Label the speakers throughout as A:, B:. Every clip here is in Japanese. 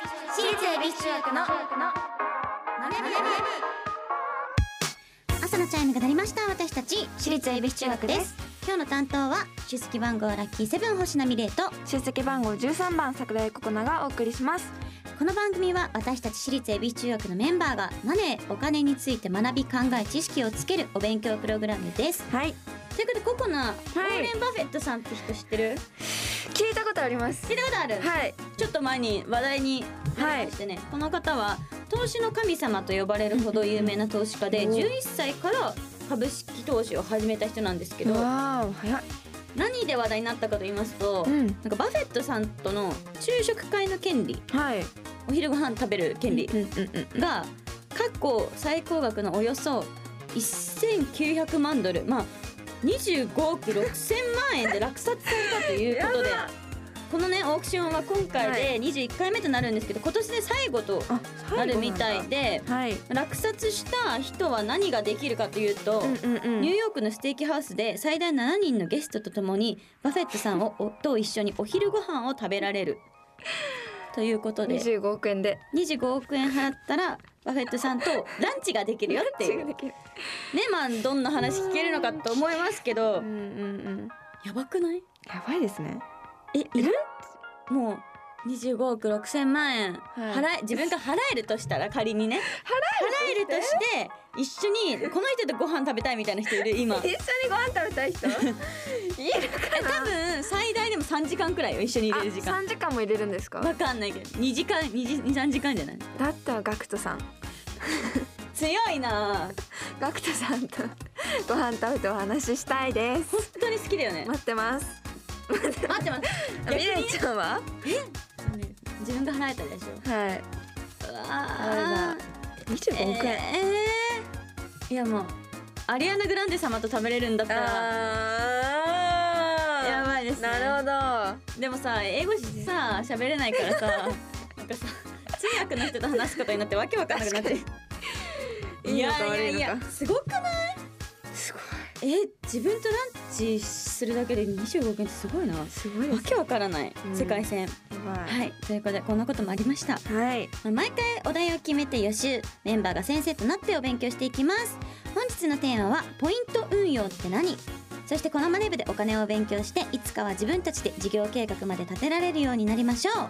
A: ービッシュ役の朝のチャイムが鳴りました私たち
B: 私立恵比寿中学です
A: 今日の担当は出席番号ラッキーセブン星名美玲と
B: 出席番号13番桜井ココナがお送りします
A: この番組は私たち私立恵比寿中学のメンバーがマネーお金について学び考え知識をつけるお勉強プログラムです
B: はい
A: ということでココナ、ウォーレン・バフェットさんって人知ってる
B: 聞いたことあります
A: 聞いたことある、
B: はい
A: ちょっと前に話題になりましてね、この方は投資の神様と呼ばれるほど有名な投資家で
B: うん
A: 11歳から株式投資を始めた人なんですけど
B: わー早い
A: 何で話題になったかと言いますと、
B: ん
A: なんかバフェットさんとの昼食会の権利
B: はい
A: お昼ご飯食べる権利
B: うんうんうん
A: が過去最高額のおよそ1900万ドルまあ25億6000万円で落札されたということでこのねオークションは今回で21回目となるんですけど今年で最後と
B: あ
A: なるみたいで
B: はい
A: 落札した人は何ができるかというと、
B: うんう
A: ニューヨークのステーキハウスで最大7人のゲストとともにバフェットさんをおと一緒にお昼ご飯を食べられるということで
B: 25億円で
A: 25億円払ったらバフェットさんとランチができるよっていうね
B: できる
A: まあどんな話聞けるのかと思いますけ
B: う
A: ど
B: んうんうん
A: やばくない
B: やばいですね
A: えいるもう25億6,000万円
B: はい
A: 払え、自分が払えるとしたら仮にね払えるとして一緒にこの人とご飯食べたいみたいな 人いる今
B: 一緒にご飯食べたい 人いるか
A: え多分最大でも3時間くらいよ一緒にいれる時間
B: 3時間も入れるんですか
A: わかんないけど2時間23時間じゃない
B: だったらガクトさん
A: 強いなあ
B: ガクトさんとご飯食べてお話ししたいです
A: 本当に好きだよね
B: 待ってます
A: 待って待って
B: ミレイ
A: ね
B: ちゃんは
A: 自分が払えたでしょ
B: はいあ
A: あ
B: 二十五億円、
A: えーいやもうアリアナ・グランデ様と食べれるんだったら
B: あー
A: やばいですね
B: なるほ
A: でもさ英語さ喋れないから さなんかさ通訳の人と話すことになってわけわかんなくなって
B: にいいのか悪いのか
A: すごくない
B: どすごい
A: え自分とランチするだけで25億円ってすごいなわ
B: すごいです
A: けわからない
B: うん
A: 世界線、はいということでこんなこともありました
B: いはい
A: まあ毎回お題を決めて予習メンバーが先生となってお勉強していきます本日のテーマはポイント運用って何そしてこのマネ部でお金を勉強していつかは自分たちで事業計画まで立てられるようになりましょう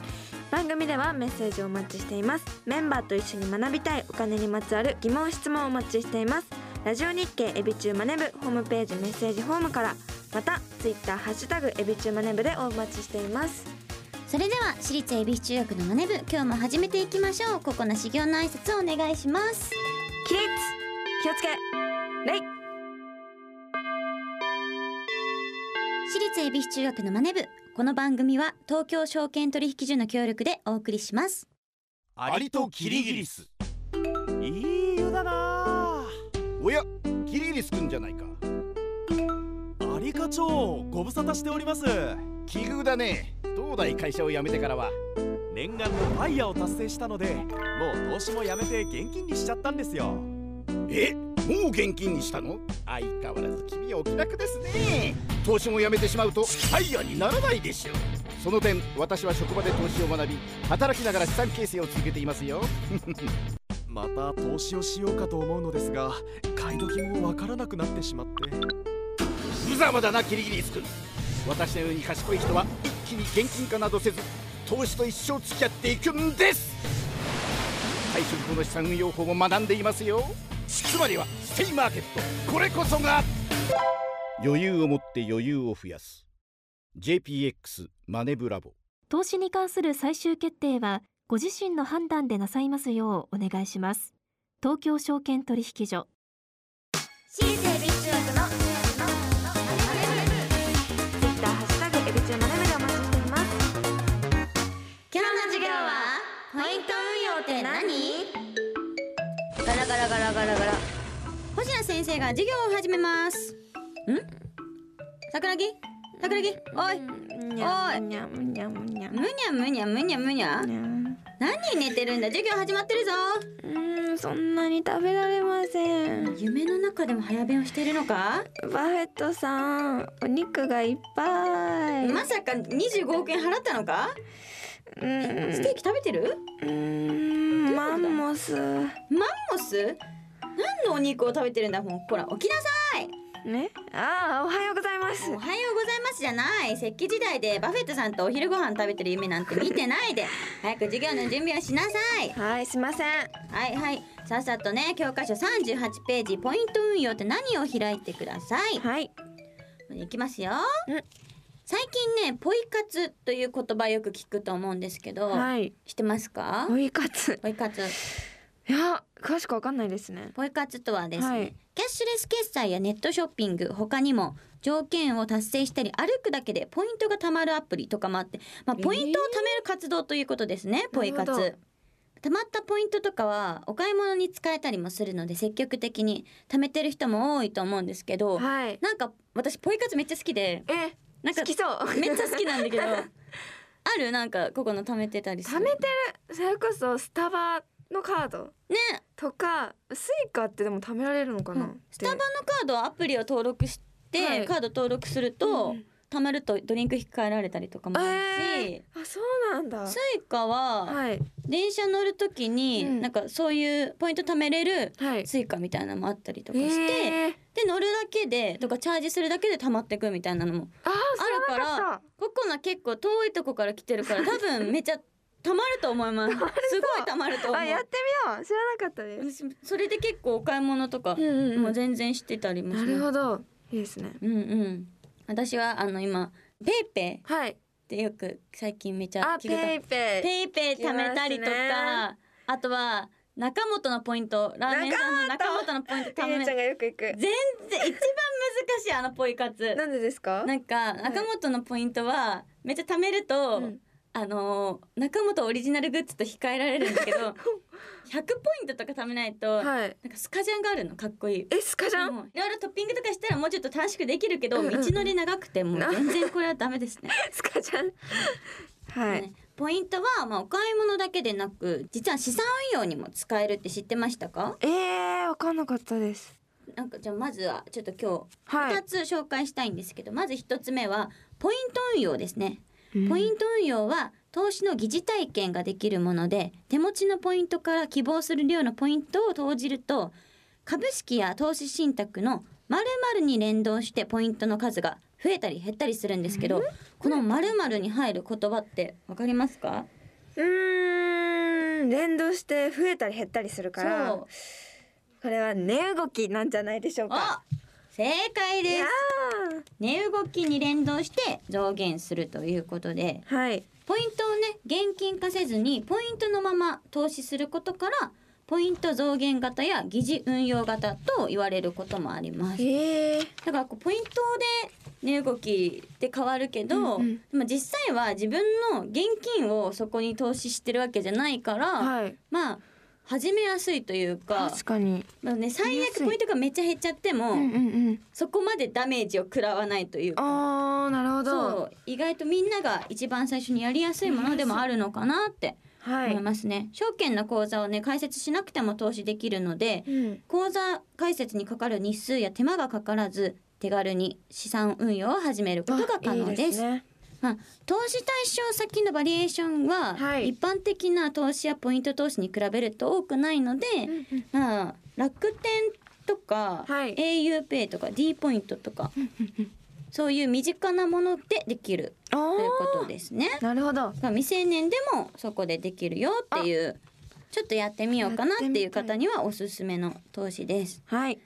B: 番組ではメッセージをお待ちしていますメンバーと一緒に学びたいお金にまつわる疑問質問をお待ちしていますラジオ日経エビチューマネブホームページメッセージホームからまたツイッターハッシュタグエビチューマネブでお待ちしています
A: それでは私立恵比寿中学のマネ部今日も始めていきましょうここな修行の挨拶をお願いします
B: 起立気をつけレイ
A: 私立恵比寿中学のマネ部この番組は東京証券取引所の協力でお送りします
C: アリとキリギリスいい湯だな
D: おやキリギリスくんじゃないか
C: アリ課長ご無沙汰しております
D: 奇遇だね東大会社を辞めてからは
C: 念願のファイヤーを達成したのでもう投資もやめて現金にしちゃったんですよ
D: えもう現金にしたの相変わらず君はお気楽ですね投資も辞めてしまうとファイヤーにならないでしょうその点私は職場で投資を学び働きながら資産形成を続けていますよ
C: また投資をしようかと思うのですが買い時もわからなくなってしまって
D: 無様だなキリギリスくん私のように賢い人は一気に現金化などせず投資と一生付き合っていくんです退職後の資産運用法も学んでいますよつまりはステイマーケットこれこそが余裕を持って余裕を増やす JPX マネブラボ
E: 投資に関する最終決定はご自身の判断でなさいますようお願いします東京証券取引所
A: 私立恵比寿中学の
B: ツイッターハッシュタグエビチューマネブでお待ちしています
A: 今日の授業はポイント運用って何ガラガラガラガラガラ星名先生が授業を始めますん桜木桜木おい
B: にゃんにゃんにゃんにゃん
A: むにゃむにゃむにゃむにゃ
B: にゃん
A: 何寝てるんだ授業始まってるぞ
B: うーんそんなに食べられません
A: 夢の中でも早弁をしているのか
B: バフェットさんお肉がいっぱい
A: まさか25億円払ったのか
B: うーん
A: ステーキ食べてる
B: うーんマンモス
A: モス何のお肉を食べてるんだもんほら起きなさ
B: ねああおはようございま
A: い
B: す
A: おはようございますじゃない石器時代でバフェットさんとお昼ご飯食べてる夢なんて見てないで早く授業の準備をしなさい
B: はいすいません
A: はいはいさっさとね教科書38ページポイント運用って何を開いてください
B: はい
A: いきますよ
B: うん
A: 最近ねポイ活という言葉よく聞くと思うんですけど、
B: はい
A: 知ってますか
B: 追いかつ
A: ポイ活
B: いや詳しくわかんないですね
A: ポイ活とはですね、
B: はい
A: キャッシュレス決済やネットショッピング他にも条件を達成したり歩くだけでポイントが貯まるアプリとかもあって、まあ、
B: えー
A: ポイントを貯める活動ということですね、ポイ活
B: なるほど
A: 貯まったポイントとかはお買い物に使えたりもするので積極的に貯めてる人も多いと思うんですけど、
B: はい
A: なんか私ポイ活めっちゃ好きで
B: え
A: なんか
B: 好きそう
A: めっちゃ好きなんだけどあるなんかここの貯めてたりする
B: 貯めて るそれこそスタバのカード
A: ね
B: とかスイカってでも貯められるのかな、
A: うんスタバのカードはアプリを登録して、
B: はい
A: カード登録すると、
B: うん
A: 貯まるとドリンク引き換えられたりとかもあるし、
B: えー、あそうなんだ
A: スイカは
B: はい
A: 電車乗る時に、
B: うん
A: なんかそういうポイント貯めれる
B: はい
A: スイカみたいなのもあったりとかして、
B: えー、
A: で乗るだけでとかチャージするだけで貯まってくみたいなのも
B: あ
A: あ
B: ー知
A: るから
B: なか
A: ら
B: っ
A: ココナ結構遠いとこから来てる から多分めっちゃ貯まると思いますすごい貯まると
B: た
A: 思う
B: あやってみよう知らなかったです
A: 私それで結構お買い物とか
B: うんうん
A: もう全然してたりもし
B: な
A: ます
B: るほどいいですね
A: うんうん。私はあの今ペイペイっ
B: はい
A: てよく最近めちゃ
B: あ
A: 聞くと
B: ペイペイ
A: ペイペイ貯めたりと
B: 聞きま
A: か、あとは中本のポイントラーメン屋さんの中
B: 中
A: 本のポイント貯
B: ゆ
A: め
B: うちゃんがよく行く
A: 全然一番難しいあのポイ活。
B: なんでですか
A: なんか
B: い
A: 中本のポイントはめっちゃ貯めると、
B: うん
A: あのー中本オリジナルグッズと控えられるんだけ ど100ポイントとか貯めないと、
B: はい
A: なんかスカジャンがあるのかっこいい
B: えスカジャン
A: もういろいろトッピングとかしたらもうちょっと短縮できるけど、
B: うんうん
A: 道のり長くてもう全然これはダメですね。
B: スカジャン はい、
A: ねポイントは、まあ、お買い物だけでなく実は資産運用にも使えるって知ってましたか
B: えー、わかんなかったです
A: なんかじゃあまずはちょっと今
B: は
A: 日
B: い
A: 2つ紹介したいんですけど、まず1つ目はポイント運用ですね。ポイ
B: ン
A: ント運用は投資の疑似体験ができるもので手持ちのポイントから希望する量のポイントを投じると株式や投資信託の〇〇に連動してポイントの数が増えたり減ったりするんですけどこの〇〇に入る言葉ってわかりますか
B: うーん連動して増えたり減ったりするから
A: そう
B: これは値動きなんじゃないでしょうか
A: あ正解
B: い
A: で
B: や
A: す値動きに連動して増減するということで
B: ーはい
A: ポイントをね現金化せずにポイントのまま投資することからポイント増減型や疑似運用型と言われることもあります
B: えー、
A: だからこうポイントで値動きって変わるけど、
B: うんうん
A: でも実際は自分の現金をそこに投資してるわけじゃないから、
B: はい
A: まあ始めやすいというか
B: 確かに
A: まあね、最
B: 見やす
A: 悪
B: い
A: ポイントがめっちゃ減っちゃっても、
B: うんうんうん
A: そこまでダメージを食らわないというか
B: あーなるほ
A: そ
B: ど
A: う意外とみんなが一番最初にやりやすいものでもあるのかなって
B: は
A: 思い
B: い
A: ますね、証券の口座をね開設しなくても投資できるので
B: うん
A: 口座開設にかかる日数や手間がかからず手軽に資産運用を始めることが可能です
B: あいいですね
A: まあ、投資対象先のバリエーションは、
B: はい
A: 一般的な投資やポイント投資に比べると多くないので、まあ、楽天とか、
B: はい
A: auPay とか d ポイントとかそういう身近なものでできる
B: あ
A: というこ
B: ー
A: とですね。
B: なるほど
A: まあ未成年でもそこでできるよっていうちょっとやってみようかなっていう方にはおすすめの投資です。
B: はい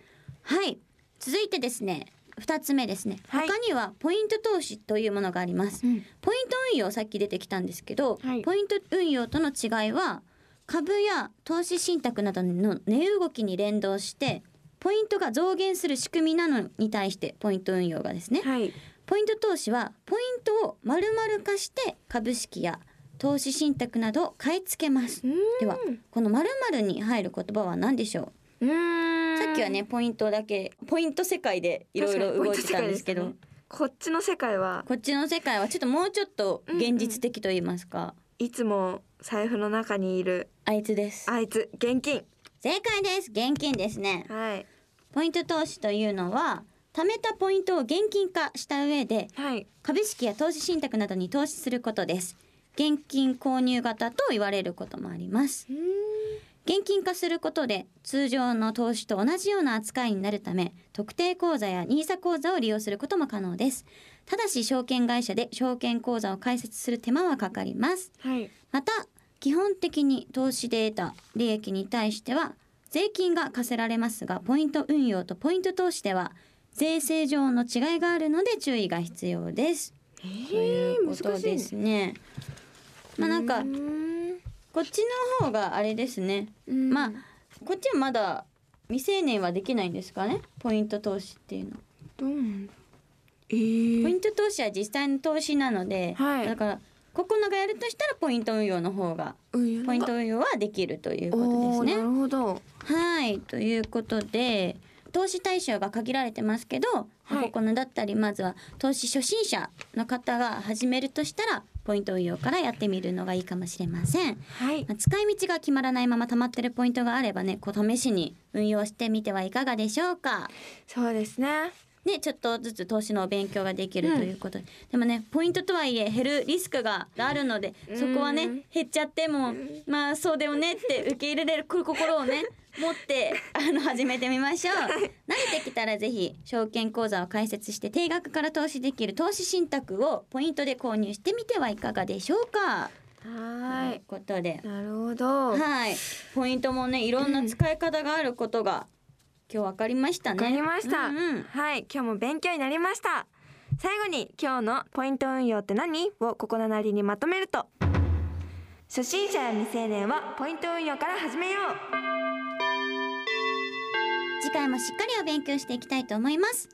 A: はい続いてですね2つ目ですね、
B: はい
A: 他にはポイント投資というものがあります。
B: うん
A: ポイント運用さっき出てきたんですけど、
B: はい
A: ポイント運用との違いは株や投資信託などの値動きに連動してポイントが増減する仕組みなのに対してポイント運用がですね、
B: はい
A: ポイント投資はポイントを丸々化して株式や投資信託などを買い付けます
B: うーん
A: ではこの丸々に入る言葉は何でしょ
B: うー
A: うんさっきはねポイントだけポイント世界でいろいろ動いてたんですけど
B: 確かにこっちの世界は
A: こっちの世界はちょっともうちょっと現実的と言いますか、
B: いつも財布の中にいる
A: あいつです
B: あいつ現金
A: 正解です現金ですね
B: はい
A: ポイント投資というのは貯めたポイントを現金化した上で
B: はい
A: 株式や投資信託などに投資することです現金購入型と言われることもあります現金化することで通常の投資と同じような扱いになるため特定口座や NISA 口座を利用することも可能ですただし証券会社で証券口座を開設する手間はかかります
B: はい
A: また基本的に投資で得た利益に対しては税金が課せられますがポイント運用とポイント投資では税制上の違いがあるので注意が必要です。ということですね。まあなんかこっちの方があれですね。まあこっちはまだ未成年はできないんですかねポイント投資っていうのは。
B: どうなんえ
A: ポイ
B: ー、
A: ント投資は実際の投資なので、
B: はい
A: だからここのがやるとしたらポイント運用の方が
B: うん
A: ポイント運用はできるということで
B: お
A: す
B: お
A: ね
B: ーな。るほど
A: はいということで投資対象が限られてますけど、
B: はい
A: ここのだったりまずは投資初心者の方が始めるとしたらポイント運用からやってみるのがいいかもしれません、
B: はい
A: まあ使い道が決まらないまま溜まってるポイントがあればねこう試しに運用してみてはいかがでしょうか
B: そうですね
A: ねちょっとずつ投資のお勉強ができる
B: うん
A: ということで、でもねポイントとはいえ減るリスクがあるのでそこは
B: うん
A: ね減っちゃってもまあそうだよねって受け入れれる心を ね持ってあの始めてみましょう、慣れてきたらぜひ証券口座を開設して定額から投資できる投資信託をポイントで購入してみてはいかがでしょうか、
B: は
A: ということで
B: いなるほどわ
A: はいポイントもねいろんな使い方があることが、今日分かりましたね。
B: かりました、
A: うんうん
B: はい今日も勉強になりました最後に今日のポイント運用って何をここのなりにまとめると初心者や未成年はポイント運用から始めよう
A: 次回もしっかりお勉強していきたいと思います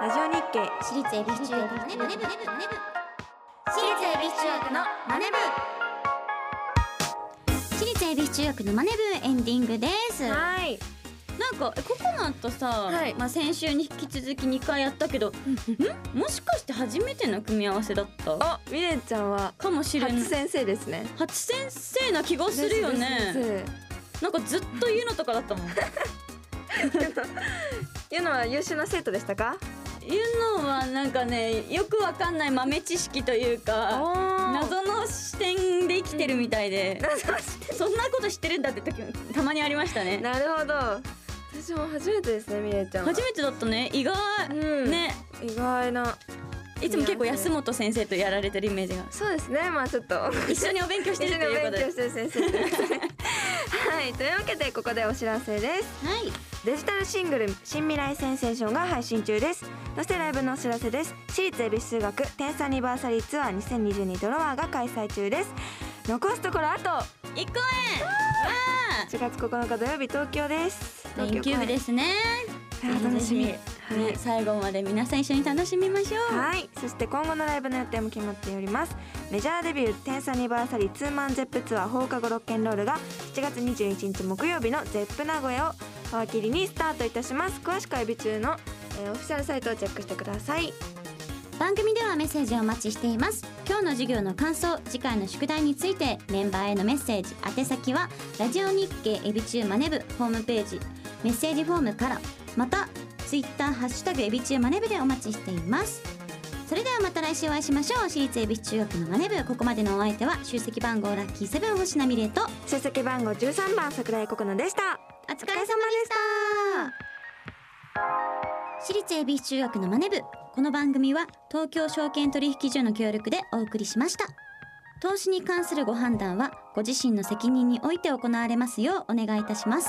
B: ラジオ日経
A: 私立恵比寿中学のマネブネブネブ私立恵比寿中学のマネブ私立恵比寿中学のマネブエンディングですなん
B: はい
A: かえココナットさ、
B: はい
A: まあ先週に引き続き2回やったけどんもしかして初めての組み合わせだった
B: あミレンちゃんは
A: かもしれない
B: 初先生ですね
A: 初先生な気がするよ
B: です
A: ね
B: ですで
A: なんかずっと言うのとかだったもん
B: すいうのは優秀な生徒でしたか
A: 言うのはなんかねよくわかんない豆知識というか
B: 謎
A: 謎の視点で生きてるみたいで、 そんなこと知ってるんだって時もたまにありましたね
B: なるほど私も初めてですねミレンちゃんは
A: 初めてだったね意外、
B: うん
A: ね
B: 意外ない
A: つも結構安本先生とやられてるイメージが
B: そうですねまあちょっと
A: 一緒にお勉強して
B: 一
A: る
B: 緒
A: と
B: にお
A: いうこ
B: 勉
A: とで
B: 強してる先生ですねはいというわけでここでお知らせです
A: はい
B: デジタルシングル「新未来センセーション」が配信中ですそしてライブのお知らせです私立恵比寿数学天才アニバーサリーツアー2022ドロワーが開催中です残すところあと
A: 一公
B: 1月9日土曜日東京です
A: 演連
B: 東
A: 休
B: 京公
A: 日
B: 演
A: ですね
B: はい楽しみ
A: ぜひ
B: は
A: ね
B: い
A: 最後まで皆さん一緒に楽しみましょう
B: はい、そして今後のライブの予定も決まっておりますメジャーデビュー「天才アニバーサリーツーマンゼップツアー放課後ロッケンロール」が7月21日木曜日のゼップ名古屋を皮切りにスタートいたします詳しくはエビ中の、えーオフィシャルサイトをチェックしてください
A: 番組ではメッセージをお待ちしています今日の授業の感想次回の宿題についてメンバーへのメッセージ宛先はラジオ日経エビチューマネブホームページメッセージフォームからまたツイッターハッシュタグエビチューマネブでお待ちしていますそれではまた来週お会いしましょう私立エビ中学のマネブここまでのお相手は集積番号ラッキーセブン星名美玲と
B: 出席番号13番桜井ココナでした
A: お疲れ様でした私立恵比寿中学のマネ部この番組は東京証券取引所の協力でお送りしました投資に関するご判断はご自身の責任において行われますようお願いいたします